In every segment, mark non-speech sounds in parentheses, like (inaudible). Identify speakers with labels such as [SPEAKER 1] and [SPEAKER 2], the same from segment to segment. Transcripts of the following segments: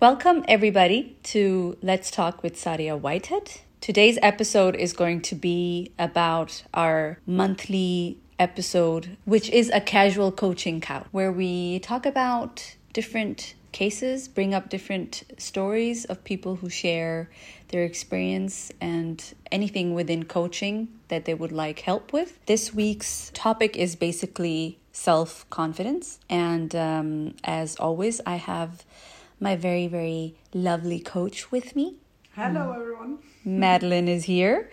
[SPEAKER 1] Welcome, everybody, to Let's Talk with Saria Whitehead. Today's episode is going to be about our monthly episode, which is a casual coaching couch, where we talk about different cases, bring up different stories of people who share their experience and anything within coaching that they would like help with. This week's topic is basically self confidence. And um, as always, I have my very, very lovely coach with me. Mm.
[SPEAKER 2] Hello, everyone.
[SPEAKER 1] Madeline is here.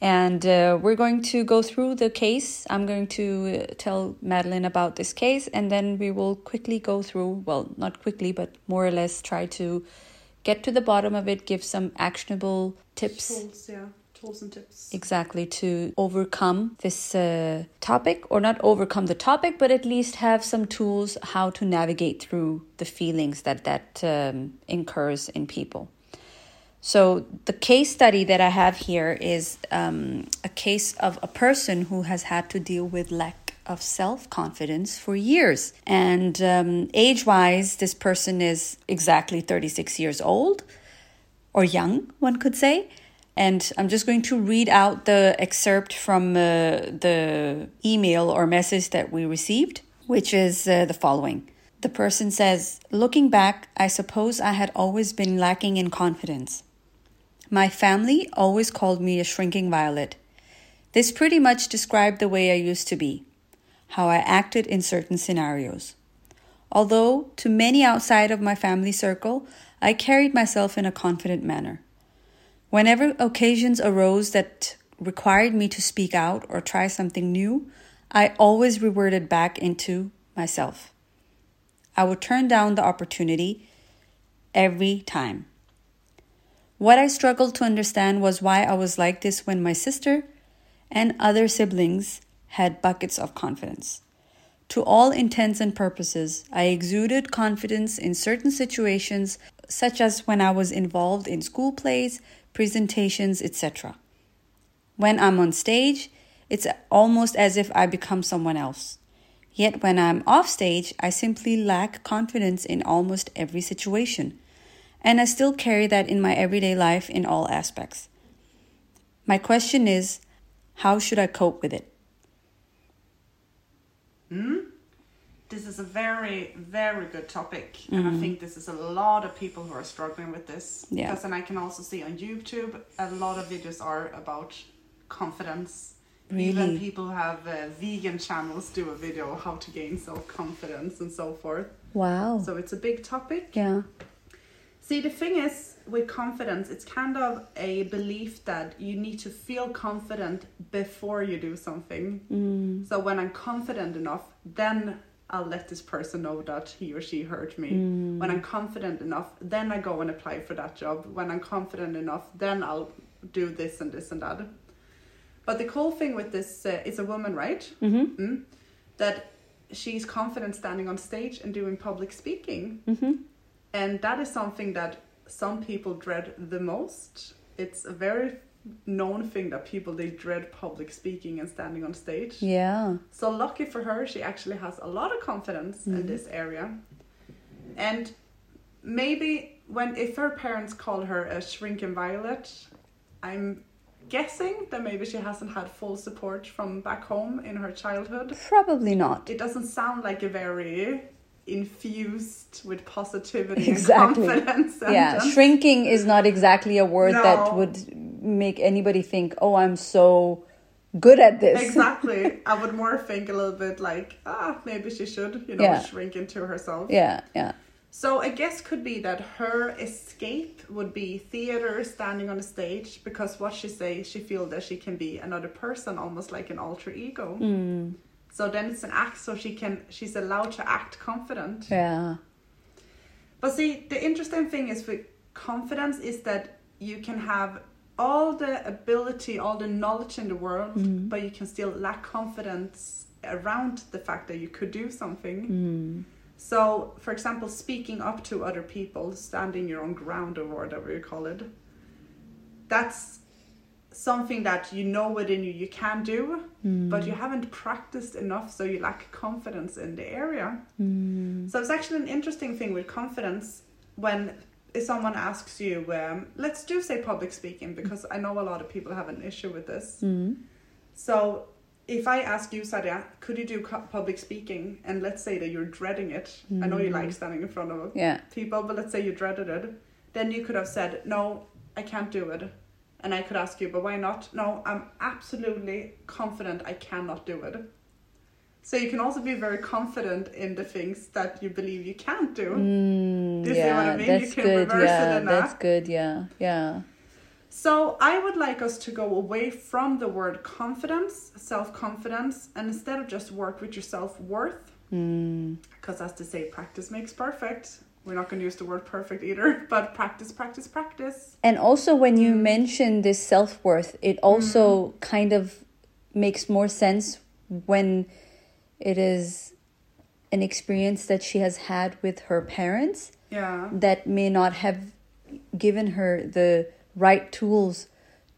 [SPEAKER 1] And uh, we're going to go through the case. I'm going to uh, tell Madeline about this case, and then we will quickly go through well, not quickly, but more or less try to get to the bottom of it, give some actionable tips
[SPEAKER 2] Tools, yeah. Tools and tips.
[SPEAKER 1] exactly to overcome this uh, topic or not overcome the topic but at least have some tools how to navigate through the feelings that that um, incurs in people so the case study that i have here is um, a case of a person who has had to deal with lack of self-confidence for years and um, age-wise this person is exactly 36 years old or young, one could say. And I'm just going to read out the excerpt from uh, the email or message that we received, which is uh, the following. The person says, Looking back, I suppose I had always been lacking in confidence. My family always called me a shrinking violet. This pretty much described the way I used to be, how I acted in certain scenarios. Although, to many outside of my family circle, I carried myself in a confident manner. Whenever occasions arose that required me to speak out or try something new, I always reverted back into myself. I would turn down the opportunity every time. What I struggled to understand was why I was like this when my sister and other siblings had buckets of confidence. To all intents and purposes, I exuded confidence in certain situations, such as when I was involved in school plays, presentations, etc. When I'm on stage, it's almost as if I become someone else. Yet when I'm off stage, I simply lack confidence in almost every situation. And I still carry that in my everyday life in all aspects. My question is how should I cope with it?
[SPEAKER 2] This is a very, very good topic, and I think this is a lot of people who are struggling with this.
[SPEAKER 1] Mm. Yeah.
[SPEAKER 2] Because, and I can also see on YouTube, a lot of videos are about confidence.
[SPEAKER 1] Really?
[SPEAKER 2] Even people who have uh, vegan channels do a video how to gain self confidence and so forth.
[SPEAKER 1] Wow.
[SPEAKER 2] So it's a big topic.
[SPEAKER 1] yeah.
[SPEAKER 2] See, the thing is with confidence, it's kind of a belief that you need to feel confident before you do something. So when I'm confident enough, then I'll let this person know that he or she hurt me. When I'm confident enough, then I go and apply for that job. When I'm confident enough, then I'll do this and this and that. But the cool thing with this uh, is a woman, right? Mm-hmm. That she's confident standing on stage and doing public speaking. And that is something that some people dread the most. It's a very known thing that people they dread public speaking and standing on stage.
[SPEAKER 1] Yeah.
[SPEAKER 2] So lucky for her, she actually has a lot of confidence in this area. And maybe when if her parents call her a shrinking violet, I'm guessing that maybe she hasn't had full support from back home in her childhood.
[SPEAKER 1] Probably not.
[SPEAKER 2] It doesn't sound like a very infused with positivity
[SPEAKER 1] Exactly.
[SPEAKER 2] and confidence.
[SPEAKER 1] (laughs) yeah
[SPEAKER 2] sentence.
[SPEAKER 1] shrinking is not exactly a word that
[SPEAKER 2] No.
[SPEAKER 1] would make anybody think oh i'm so good at this
[SPEAKER 2] exactly. I would more think a little bit like, ah, maybe she should, you know,
[SPEAKER 1] Yeah.
[SPEAKER 2] shrink into herself.
[SPEAKER 1] (laughs) yeah yeah
[SPEAKER 2] So I guess could be that her escape would be theater, standing on a stage, because what she say, she feel that she can be another person, almost like an alter ego.
[SPEAKER 1] Mm.
[SPEAKER 2] So then it's an act, so she can, she's allowed to act confident.
[SPEAKER 1] yeah
[SPEAKER 2] But see, the interesting thing is with confidence is that you can have all the ability, all the knowledge in the world, but you can still lack confidence around the fact that you could do something. So, for example, speaking up to other people, standing your own ground or whatever you call it, that's something that you know within you you can do,
[SPEAKER 1] Mm,
[SPEAKER 2] but you haven't practiced enough, so you lack
[SPEAKER 1] mm,
[SPEAKER 2] confidence in the area. So it's actually an interesting thing with confidence when if someone asks you, um, let's do say public speaking, because I know a lot of people have an issue with this.
[SPEAKER 1] mm.
[SPEAKER 2] So if I ask you, Sadia, could you do co- public speaking? And let's say that you're dreading it. I know you like standing in front of
[SPEAKER 1] Yeah.
[SPEAKER 2] people, but let's say you dreaded it. Then you could have said, no, I can't do it. And I could ask you, but why not? No, I'm absolutely confident I cannot do it. So you can also be very confident in the things that you believe you can't do.
[SPEAKER 1] Mm,
[SPEAKER 2] Do you see
[SPEAKER 1] yeah,
[SPEAKER 2] what I mean? You
[SPEAKER 1] that's
[SPEAKER 2] can
[SPEAKER 1] good.
[SPEAKER 2] reverse it
[SPEAKER 1] Yeah,
[SPEAKER 2] and
[SPEAKER 1] that's
[SPEAKER 2] that.
[SPEAKER 1] good. Yeah, yeah.
[SPEAKER 2] So I would like us to go away from the word confidence, self confidence, and instead of just work with your self worth,
[SPEAKER 1] Mm,
[SPEAKER 2] because as they say, practice makes perfect. We're not going to use the word perfect either, (laughs) but practice, practice, practice.
[SPEAKER 1] And also, when you mention this self worth, it also kind of makes more sense when it is an experience that she has had with her parents
[SPEAKER 2] Yeah.
[SPEAKER 1] that may not have given her the right tools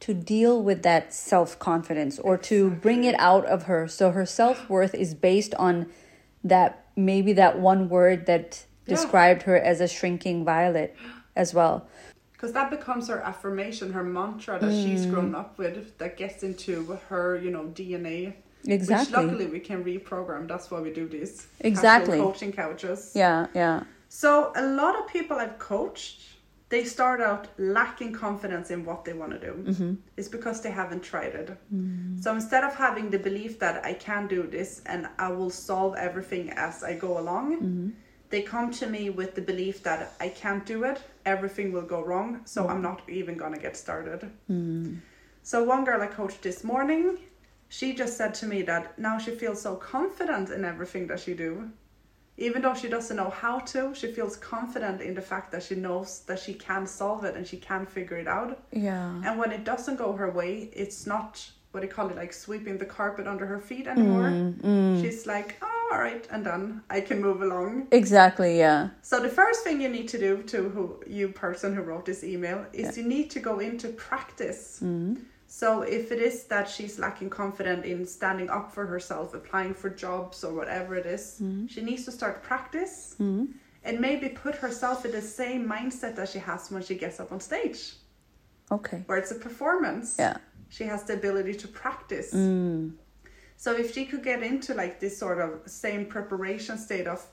[SPEAKER 1] to deal with that self confidence or to bring it out of her. So her self worth is based on that maybe that one word that
[SPEAKER 2] Yeah.
[SPEAKER 1] described her as a shrinking violet as well.
[SPEAKER 2] Because that becomes her affirmation, her mantra that she's
[SPEAKER 1] Mm.
[SPEAKER 2] grown up with, that gets into her, you know, DNA.
[SPEAKER 1] Exactly.
[SPEAKER 2] Which luckily we can reprogram. That's why we do these casual
[SPEAKER 1] Exactly.
[SPEAKER 2] coaching couches.
[SPEAKER 1] Yeah, yeah.
[SPEAKER 2] So a lot of people I've coached, they start out lacking confidence in what they want to do. It's because they haven't tried it. So instead of having the belief that I can do this and I will solve everything as I go along, they come to me with the belief that I can't do it, everything will go wrong, so I'm not even gonna get started. So one girl I coached this morning, she just said to me that now she feels so confident in everything that she do. Even though she doesn't know how to, she feels confident in the fact that she knows that she can solve it and she can figure it out.
[SPEAKER 1] Uh-huh. Yeah.
[SPEAKER 2] And when it doesn't go her way, it's not what do you call it, like sweeping the carpet under her feet anymore. She's like, oh, all right, and done. I can move along.
[SPEAKER 1] Exactly, yeah.
[SPEAKER 2] So the first thing you need to do to who you person who wrote this email is you need to go into practice. So if it is that she's lacking confidence in standing up for herself, applying for jobs or whatever it is, she needs to start practice and maybe put herself in the same mindset that she has when she gets up on stage,
[SPEAKER 1] Okay.
[SPEAKER 2] where it's a performance.
[SPEAKER 1] Yeah.
[SPEAKER 2] She has the ability to practice. So if she could get into like this sort of same preparation state of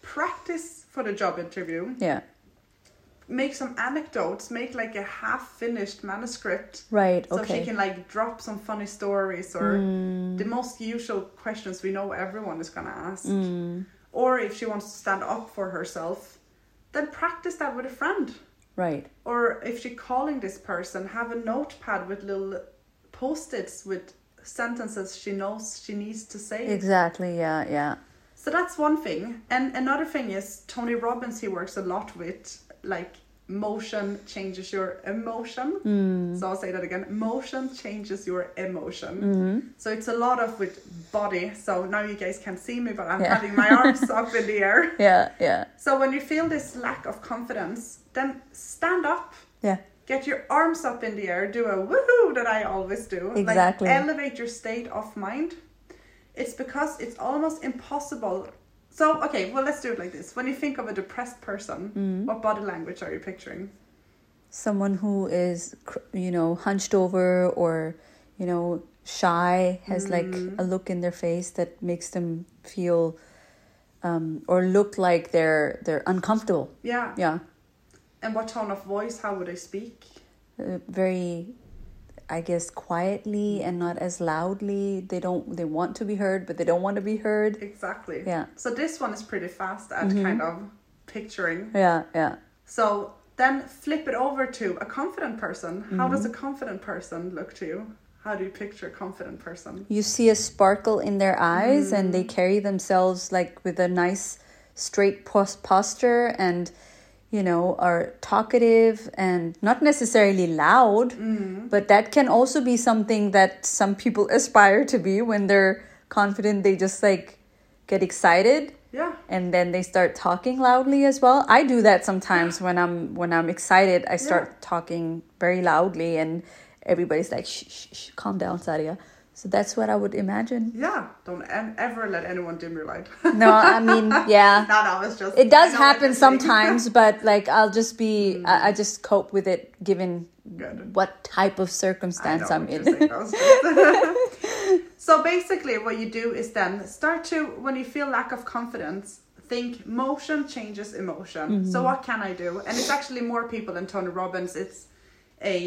[SPEAKER 2] practice for the job interview,
[SPEAKER 1] Yeah.
[SPEAKER 2] make some anecdotes, make like a half finished manuscript.
[SPEAKER 1] Right,
[SPEAKER 2] So
[SPEAKER 1] okay.
[SPEAKER 2] she can like drop some funny stories or the most usual questions we know everyone is gonna ask. Or if she wants to stand up for herself, then practice that with a friend.
[SPEAKER 1] Right.
[SPEAKER 2] Or if she calling this person, have a notepad with little post-its with sentences she knows she needs to say.
[SPEAKER 1] Exactly, yeah, yeah.
[SPEAKER 2] So that's one thing. And another thing is Tony Robbins, he works a lot with like motion changes your emotion. So I'll say that again motion changes your emotion. So it's a lot of with body. So now you guys can see me, but I'm
[SPEAKER 1] Yeah.
[SPEAKER 2] having my arms up in the air.
[SPEAKER 1] Yeah, yeah.
[SPEAKER 2] So when you feel this lack of confidence, then stand up.
[SPEAKER 1] Yeah.
[SPEAKER 2] Get your arms up in the air, do a woohoo that I always do.
[SPEAKER 1] Exactly.
[SPEAKER 2] Like elevate your state of mind. It's because it's almost impossible. So okay, well let's do it like this. When you think of a depressed person,
[SPEAKER 1] Mm-hmm.
[SPEAKER 2] what body language are you picturing?
[SPEAKER 1] Someone who is, cr- you know, hunched over or, you know, shy has
[SPEAKER 2] Mm-hmm.
[SPEAKER 1] like a look in their face that makes them feel um, or look like they're they're uncomfortable.
[SPEAKER 2] Yeah.
[SPEAKER 1] Yeah.
[SPEAKER 2] And what tone of voice? How would I speak?
[SPEAKER 1] Uh, very I guess quietly and not as loudly. They don't they want to be heard, but they don't want to be heard.
[SPEAKER 2] Exactly.
[SPEAKER 1] Yeah. Mm-hmm.
[SPEAKER 2] So this one is pretty fast at kind of picturing.
[SPEAKER 1] Yeah, yeah.
[SPEAKER 2] So then flip it over to a confident person. How does
[SPEAKER 1] Mm-hmm.
[SPEAKER 2] a confident person look to you? How do you picture a confident person?
[SPEAKER 1] you see a sparkle in their eyes and they carry themselves like with a nice straight pos- posture and you know are talkative and not necessarily loud but that can also be something that some people (laughs) aspire to be when they're confident they just like get excited
[SPEAKER 2] Yeah.
[SPEAKER 1] and then they start talking loudly as well i do that sometimes when i'm when i'm excited i start talking very loudly and everybody's like shh, shh, shh calm down sadia So that's what I would imagine.
[SPEAKER 2] Yeah, don't em- ever let anyone dim your
[SPEAKER 1] (laughs)
[SPEAKER 2] light. (laughs)
[SPEAKER 1] No, I mean, yeah.
[SPEAKER 2] Not always just.
[SPEAKER 1] It does
[SPEAKER 2] I know what
[SPEAKER 1] happen
[SPEAKER 2] you're saying. Mm.
[SPEAKER 1] sometimes, but like I'll just be, I, I just cope with it given
[SPEAKER 2] (laughs) Good.
[SPEAKER 1] what type of
[SPEAKER 2] I
[SPEAKER 1] circumstance
[SPEAKER 2] know
[SPEAKER 1] I'm
[SPEAKER 2] what you're
[SPEAKER 1] in.
[SPEAKER 2] saying, that
[SPEAKER 1] (laughs)
[SPEAKER 2] was good. (laughs) so basically, what you do is then start to, when you feel lack of confidence, think motion changes emotion.
[SPEAKER 1] Mm-hmm.
[SPEAKER 2] So what can I do? And it's actually more people than Tony Robbins. It's a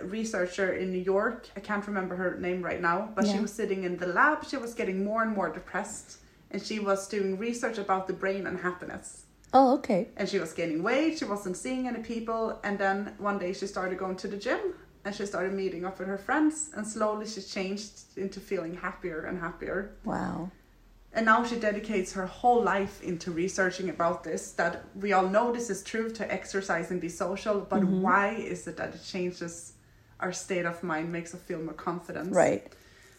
[SPEAKER 2] uh, researcher in New York. I can't remember her name right now, but she
[SPEAKER 1] Yeah.
[SPEAKER 2] was sitting in the lab. She was getting more and more depressed, and she was doing research about the brain and happiness
[SPEAKER 1] (laughs) Oh, okay.
[SPEAKER 2] and she was gaining weight she wasn't seeing any people and then one day she started going to the gym and she started meeting up with her friends and slowly she changed into feeling happier and happier
[SPEAKER 1] Wow.
[SPEAKER 2] and now she dedicates her whole life into researching about this that we all know this is true to exercise and be social but why is it that it changes our state of mind makes us feel more confident
[SPEAKER 1] Right.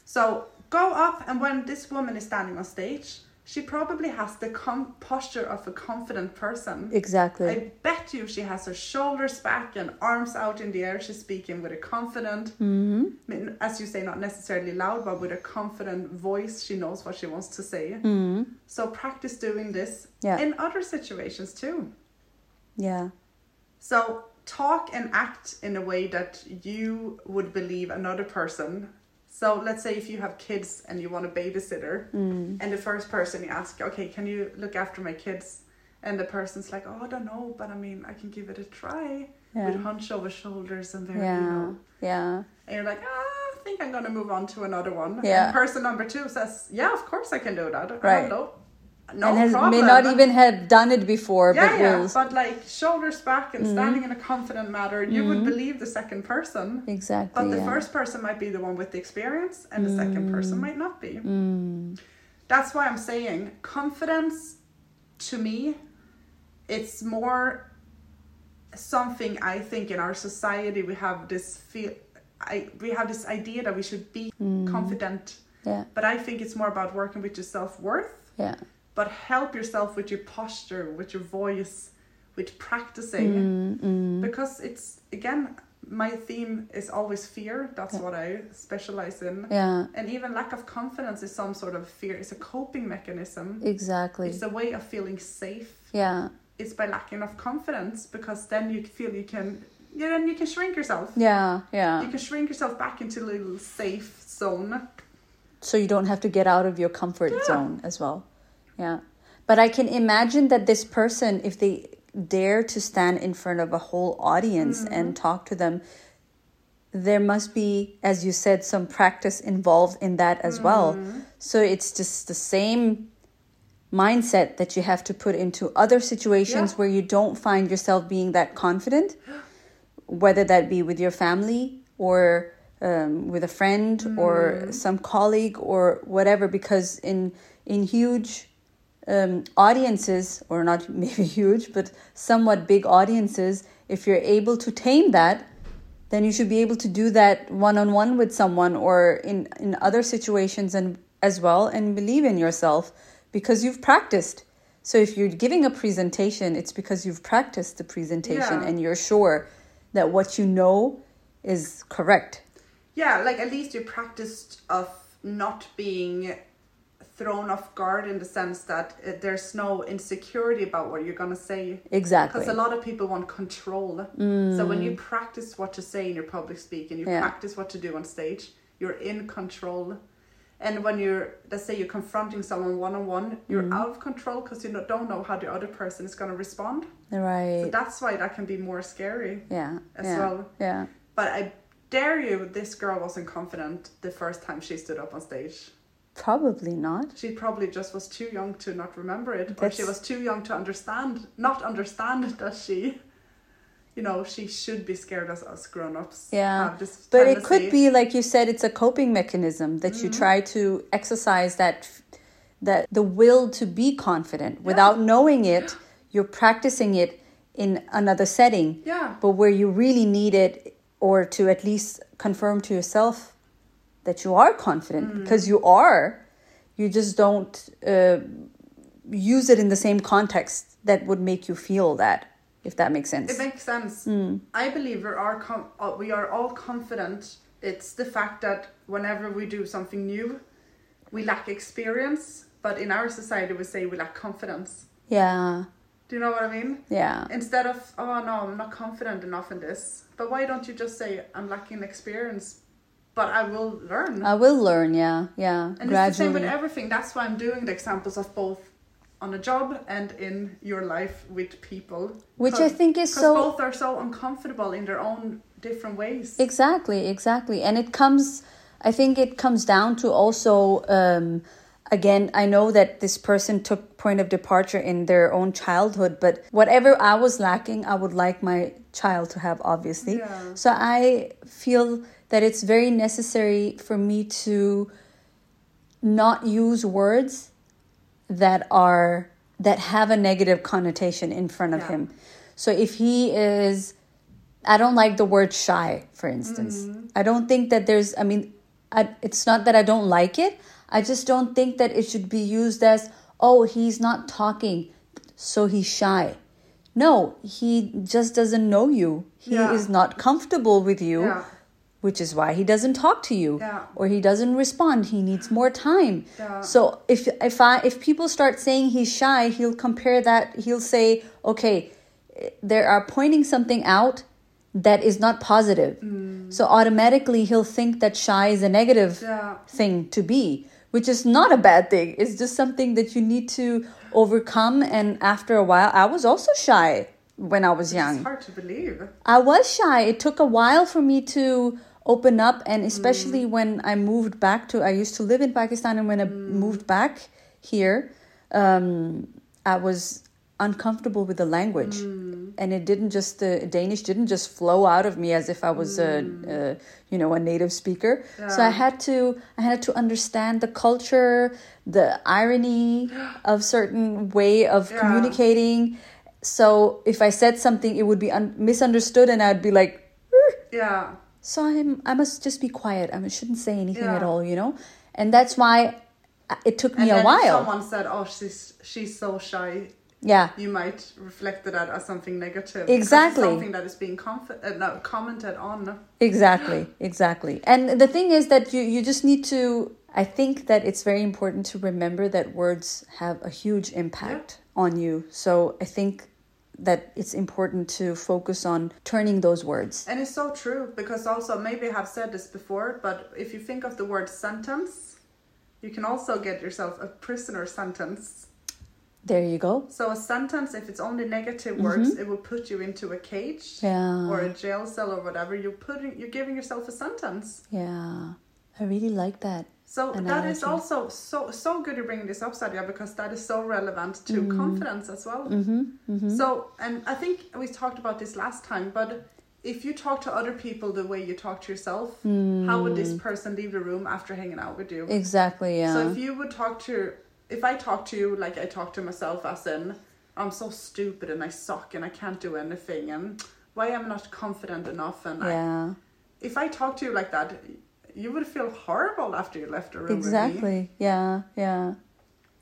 [SPEAKER 2] so go up, and when this woman is standing on stage, she probably has the com- posture of a confident person.
[SPEAKER 1] Exactly.
[SPEAKER 2] I bet you she has her shoulders back and arms out in the air. She's speaking with a confident, I mean, as you say, not necessarily loud, but with a confident voice. She knows what she wants to say. So practice doing this
[SPEAKER 1] Yeah.
[SPEAKER 2] in other situations too.
[SPEAKER 1] yeah.
[SPEAKER 2] So talk and act in a way that you would believe another person. So let's say if you have kids and you want a babysitter,
[SPEAKER 1] Mm.
[SPEAKER 2] and the first person you ask, okay, can you look after my kids? And the person's like, oh, I don't know, but I mean, I can give it a try.
[SPEAKER 1] Yeah.
[SPEAKER 2] With hunch over shoulders and very, you
[SPEAKER 1] Yeah.
[SPEAKER 2] know.
[SPEAKER 1] Yeah.
[SPEAKER 2] And you're like, ah, I think I'm going to move on to another one.
[SPEAKER 1] Yeah.
[SPEAKER 2] And person number two says, yeah, of course I can do that. I
[SPEAKER 1] Right.
[SPEAKER 2] don't know. No
[SPEAKER 1] and has,
[SPEAKER 2] problem
[SPEAKER 1] may not even have done it before,
[SPEAKER 2] yeah,
[SPEAKER 1] but
[SPEAKER 2] yeah,
[SPEAKER 1] will.
[SPEAKER 2] but like shoulders back and standing in a confident manner, you would believe the second person.
[SPEAKER 1] Exactly.
[SPEAKER 2] But the
[SPEAKER 1] yeah.
[SPEAKER 2] first person might be the one with the experience, and the second person might not be. That's why I'm saying confidence to me, it's more something I think in our society we have this feel. I, we have this idea that we should be
[SPEAKER 1] Mm.
[SPEAKER 2] confident,
[SPEAKER 1] Yeah.
[SPEAKER 2] but I think it's more about working with your self worth
[SPEAKER 1] Yeah.
[SPEAKER 2] but help yourself with your posture, with your voice, with
[SPEAKER 1] Mm-hmm. Mm,
[SPEAKER 2] practicing. Because it's, again, my theme is always fear. That's what I specialize in.
[SPEAKER 1] Yeah.
[SPEAKER 2] And even lack of confidence is some sort of fear, it's a coping mechanism,
[SPEAKER 1] Exactly.
[SPEAKER 2] it's a way of feeling safe.
[SPEAKER 1] Yeah.
[SPEAKER 2] It's by lacking of confidence because then you feel you can, yeah, then you can shrink yourself.
[SPEAKER 1] Yeah.
[SPEAKER 2] You
[SPEAKER 1] Yeah.
[SPEAKER 2] can shrink yourself back into a little safe zone.
[SPEAKER 1] So you don't have to get out of your comfort
[SPEAKER 2] Yeah.
[SPEAKER 1] zone as well. Yeah. But I can imagine that this person, if they dare to stand in front of a whole audience and
[SPEAKER 2] Mm-hmm.
[SPEAKER 1] talk to them, there must be, as you said, some practice involved in that as
[SPEAKER 2] Mm-hmm.
[SPEAKER 1] well. So it's just the same mindset that you have to put into other situations
[SPEAKER 2] Yeah.
[SPEAKER 1] where you don't find yourself being that confident, whether that be with your family or um, with a friend or some colleague or whatever, because in in huge um, audiences, or not (laughs) maybe huge, but somewhat big audiences, if you're able to tame that, then you should be able to do that one on one with someone or in, in other situations and as well and believe in yourself because you've practiced. So if you're giving a presentation, it's because you've practiced the presentation
[SPEAKER 2] Yeah.
[SPEAKER 1] and you're sure that what you know is correct.
[SPEAKER 2] Yeah, like at least you practiced of not being thrown off guard in the sense that uh, there's no insecurity about what you're gonna say.
[SPEAKER 1] Exactly. Mm.
[SPEAKER 2] Because a lot of people want control. So when you practice what to say in your public speaking, you
[SPEAKER 1] Yeah.
[SPEAKER 2] practice what to do on stage, you're in control. And when you're, let's say you're confronting someone one on one, you're
[SPEAKER 1] Mm.
[SPEAKER 2] out of control because you no- don't know how the other person is gonna respond. So
[SPEAKER 1] Right.
[SPEAKER 2] that's why that can be more scary.
[SPEAKER 1] Yeah.
[SPEAKER 2] as
[SPEAKER 1] yeah.
[SPEAKER 2] well.
[SPEAKER 1] Yeah.
[SPEAKER 2] But I dare you, this girl wasn't confident the first time she stood up on stage.
[SPEAKER 1] Probably not.
[SPEAKER 2] She probably just was too young to not remember it, or
[SPEAKER 1] That's-
[SPEAKER 2] she was too young to understand, not understand (laughs) that she, you know, she should be scared as us grown ups.
[SPEAKER 1] Yeah,
[SPEAKER 2] have this
[SPEAKER 1] But it could
[SPEAKER 2] tendency.
[SPEAKER 1] be like you said, it's a coping mechanism that you
[SPEAKER 2] Mm-hmm.
[SPEAKER 1] try to exercise that that the will to be confident without knowing it. You're practicing it in another setting,
[SPEAKER 2] Yeah.
[SPEAKER 1] but where you really need it, or to at least confirm to yourself that you are confident
[SPEAKER 2] Mm.
[SPEAKER 1] because you are. You just don't uh, use it in the same context that would make you feel that, if that makes sense. Hmm.
[SPEAKER 2] It makes sense. I believe we are com- uh, we are all confident It's the fact that whenever we do something new, we lack experience, but in our society, we say we lack confidence.
[SPEAKER 1] Yeah.
[SPEAKER 2] Do you know what I mean?
[SPEAKER 1] Yeah.
[SPEAKER 2] Instead of, oh no, I'm not confident enough in this, but why don't you just say, I'm lacking experience, but I will learn?
[SPEAKER 1] I will learn. Yeah. Yeah.
[SPEAKER 2] and it's the same with
[SPEAKER 1] Uh, Gradually.
[SPEAKER 2] everything. That's why I'm doing the examples of both on a job and in your life with people.
[SPEAKER 1] Which I
[SPEAKER 2] Because-
[SPEAKER 1] think is
[SPEAKER 2] because
[SPEAKER 1] so.
[SPEAKER 2] both are so uncomfortable in their own different ways.
[SPEAKER 1] Exactly, exactly. And it comes, I think it comes down to also, um, again, I know that this person took point of departure in their own childhood, but whatever I was lacking, I would like my child to have, obviously.
[SPEAKER 2] Yeah.
[SPEAKER 1] So I feel that it's very necessary for me to not use words that are that have a negative connotation in front of
[SPEAKER 2] Yeah.
[SPEAKER 1] him. So if he is I don't like the word shy, for instance.
[SPEAKER 2] Mm-hmm.
[SPEAKER 1] I don't think that there's I mean I, it's not that I don't like it. I just don't think that it should be used as oh, he's not talking, so he's shy. No, he just doesn't know you. He
[SPEAKER 2] Yeah.
[SPEAKER 1] is not comfortable with you
[SPEAKER 2] Yeah.
[SPEAKER 1] which is why he doesn't talk to you
[SPEAKER 2] Yeah.
[SPEAKER 1] or he doesn't respond he needs more time
[SPEAKER 2] Yeah.
[SPEAKER 1] so if if i if people start saying he's shy he'll compare that he'll say okay eh, they are pointing something out that is not positive so automatically he'll think that shy is a negative
[SPEAKER 2] Yeah.
[SPEAKER 1] thing to be which is not a bad thing it's just something that you need to overcome and after a while i was also shy when i was young
[SPEAKER 2] It's hard to believe.
[SPEAKER 1] I was shy. It took a while for me to open up, and especially when I moved back to, I used to live in Pakistan, and when I moved back here, um, I was uncomfortable with the language, and it didn't just the Danish didn't just flow out of me as if I was a, a you know a native speaker. So I
[SPEAKER 2] Yeah.
[SPEAKER 1] had to I had to understand the culture, the irony of certain way of
[SPEAKER 2] Yeah.
[SPEAKER 1] communicating. So if I said something, it would be un- misunderstood, and I'd be like, "Er,
[SPEAKER 2] Yeah.
[SPEAKER 1] "So I'm, I must just be quiet. I shouldn't say anything at
[SPEAKER 2] Yeah.
[SPEAKER 1] all," you know. And that's why I- it took me
[SPEAKER 2] And
[SPEAKER 1] a
[SPEAKER 2] then if
[SPEAKER 1] while.
[SPEAKER 2] someone said, "Oh, she's she's so shy,"
[SPEAKER 1] yeah,
[SPEAKER 2] you might reflect that as something negative. because it's
[SPEAKER 1] Exactly.
[SPEAKER 2] something that is being comf- uh, no, commented on.
[SPEAKER 1] exactly, exactly. And the thing is that you you just need to. I think that it's very important to remember that words have a huge impact on you. So I think that it's important to focus on turning those words.
[SPEAKER 2] And it's so true because also maybe I have said this before, but if you think of the word sentence, you can also get yourself a prisoner sentence.
[SPEAKER 1] There you go.
[SPEAKER 2] So a sentence, if it's only negative words, it will put you into a cage
[SPEAKER 1] Yeah.
[SPEAKER 2] or a jail cell or whatever. You're putting, you're giving yourself a sentence.
[SPEAKER 1] Yeah, I really like that.
[SPEAKER 2] So that
[SPEAKER 1] Analogy.
[SPEAKER 2] is also so so good you're bringing this up, Sadia, because that is so relevant to confidence as well.
[SPEAKER 1] Mm-hmm.
[SPEAKER 2] So, and I think we talked about this last time, but if you talk to other people the way you talk to yourself, how would this person leave the room after hanging out with you?
[SPEAKER 1] Exactly. Mm. Yeah.
[SPEAKER 2] So if you would talk to, if I talk to you like I talk to myself, as in I'm so stupid and I suck and I can't do anything and why am I not confident enough and I,
[SPEAKER 1] yeah.
[SPEAKER 2] if I talk to you like that, you would feel horrible after you left the room. with me.
[SPEAKER 1] Exactly. Yeah. Yeah.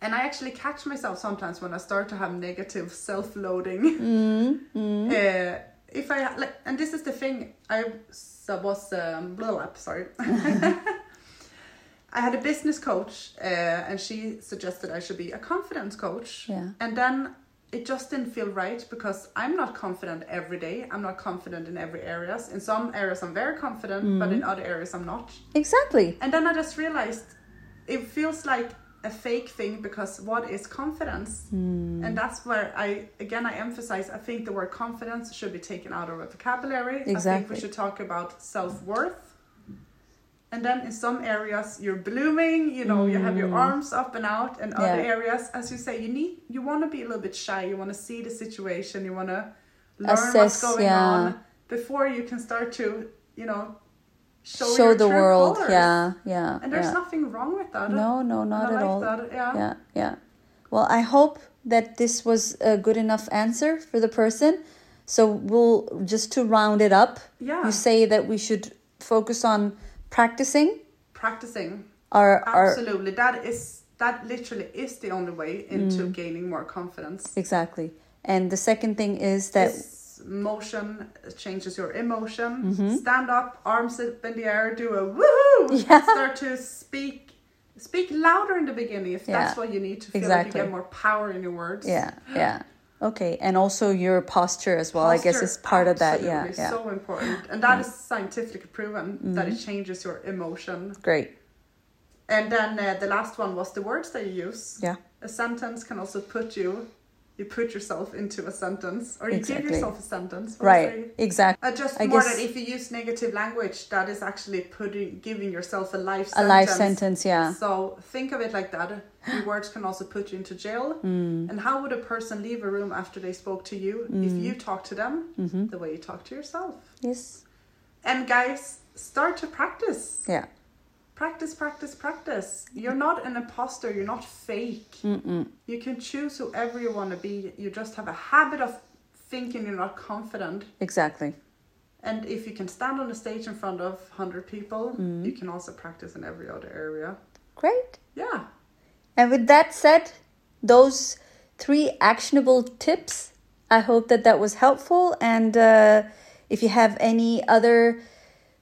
[SPEAKER 2] And I actually catch myself sometimes when I start to have negative self-loading. (laughs) Uh, if I like, and this is the thing, I s- I was um, blow up. Sorry. I had a business coach, uh, and she suggested I should be a confidence coach.
[SPEAKER 1] Yeah.
[SPEAKER 2] And then it just didn't feel right because I'm not confident every day. I'm not confident in every areas. In some areas I'm very confident, but in other areas I'm not.
[SPEAKER 1] Exactly.
[SPEAKER 2] And then I just realized it feels like a fake thing because what is confidence?
[SPEAKER 1] Hmm.
[SPEAKER 2] And that's where I again I emphasize I think the word confidence should be taken out of our vocabulary. I think
[SPEAKER 1] Exactly.
[SPEAKER 2] we should talk about self worth. And then in some areas you're blooming, you know, you have your arms up and out, and other
[SPEAKER 1] Hmm. Yeah.
[SPEAKER 2] areas, as you say, you need you want to be a little bit shy, you want to see the situation, you want to learn
[SPEAKER 1] Assess,
[SPEAKER 2] what's going
[SPEAKER 1] yeah.
[SPEAKER 2] on before you can start to, you know, show,
[SPEAKER 1] Show,
[SPEAKER 2] your
[SPEAKER 1] the
[SPEAKER 2] true
[SPEAKER 1] world.
[SPEAKER 2] colours.
[SPEAKER 1] Yeah. Yeah.
[SPEAKER 2] And there's
[SPEAKER 1] yeah.
[SPEAKER 2] nothing wrong with that.
[SPEAKER 1] no, no,
[SPEAKER 2] And
[SPEAKER 1] not at
[SPEAKER 2] I like
[SPEAKER 1] all.
[SPEAKER 2] That. Yeah.
[SPEAKER 1] yeah. Yeah. Well, I hope that this was a good enough answer for the person. So we'll just to round it up.
[SPEAKER 2] Yeah.
[SPEAKER 1] You say that we should focus on practicing
[SPEAKER 2] Practicing.
[SPEAKER 1] our our
[SPEAKER 2] Absolutely. That is that literally is
[SPEAKER 1] Mm.
[SPEAKER 2] the only way into gaining more confidence.
[SPEAKER 1] exactly. And the second thing is that
[SPEAKER 2] Is that's motion changes your emotion.
[SPEAKER 1] Mm-hmm.
[SPEAKER 2] Stand up, arms up in the air, do a woohoo.
[SPEAKER 1] (laughs) Yeah.
[SPEAKER 2] Start to speak speak louder in the beginning if that's
[SPEAKER 1] Yeah.
[SPEAKER 2] what you need to feel like
[SPEAKER 1] Exactly.
[SPEAKER 2] you get more power in your words.
[SPEAKER 1] Yeah, yeah. Okay, and also your posture as well. I guess
[SPEAKER 2] Posture,
[SPEAKER 1] is part of that. Yeah,
[SPEAKER 2] absolutely,
[SPEAKER 1] yeah.
[SPEAKER 2] So important, and that is scientifically proven that
[SPEAKER 1] Mm-hmm.
[SPEAKER 2] it changes your emotion.
[SPEAKER 1] Great.
[SPEAKER 2] And then uh, the last one was the words that you use.
[SPEAKER 1] Yeah.
[SPEAKER 2] A sentence can also put you, you put yourself into a sentence, or you
[SPEAKER 1] Exactly.
[SPEAKER 2] give yourself a sentence. What was
[SPEAKER 1] Right.
[SPEAKER 2] it?
[SPEAKER 1] Exactly.
[SPEAKER 2] Uh, just
[SPEAKER 1] I
[SPEAKER 2] more
[SPEAKER 1] guess-
[SPEAKER 2] that if you use negative language, that is actually putting, giving yourself a life
[SPEAKER 1] A
[SPEAKER 2] sentence.
[SPEAKER 1] life sentence. Yeah.
[SPEAKER 2] So think of it like that.
[SPEAKER 1] (gasps)
[SPEAKER 2] Your words can also put you into jail.
[SPEAKER 1] Mm.
[SPEAKER 2] And how would a person leave a room after they spoke to you if you talk to them
[SPEAKER 1] Mm-hmm.
[SPEAKER 2] the way you talk to yourself?
[SPEAKER 1] Yes.
[SPEAKER 2] And guys, start to practice.
[SPEAKER 1] Yeah.
[SPEAKER 2] Practice, practice, practice. You're not an imposter. You're not fake. You can choose whoever you want to be. You just have a habit of thinking you're not confident.
[SPEAKER 1] Exactly.
[SPEAKER 2] And if you can stand on a stage in front of 100 people,
[SPEAKER 1] Mm-hmm.
[SPEAKER 2] you can also practice in every other area.
[SPEAKER 1] Great.
[SPEAKER 2] Yeah.
[SPEAKER 1] And with that said, those three actionable tips, I hope that that was helpful. And uh, if you have any other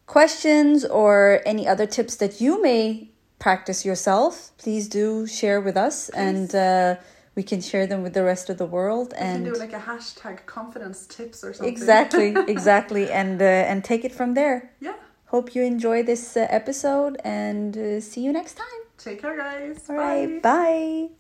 [SPEAKER 1] questions or any other tips that you may practice yourself, please do share with us and uh, we can share them with the rest of the world.
[SPEAKER 2] You
[SPEAKER 1] and
[SPEAKER 2] can do like a hashtag confidence tips or something.
[SPEAKER 1] exactly, exactly. And, uh, and take it from there.
[SPEAKER 2] (laughs) Yeah.
[SPEAKER 1] Hope you enjoy this uh, episode and uh, see you next time.
[SPEAKER 2] Take care, guys.
[SPEAKER 1] All
[SPEAKER 2] Bye.
[SPEAKER 1] right, bye.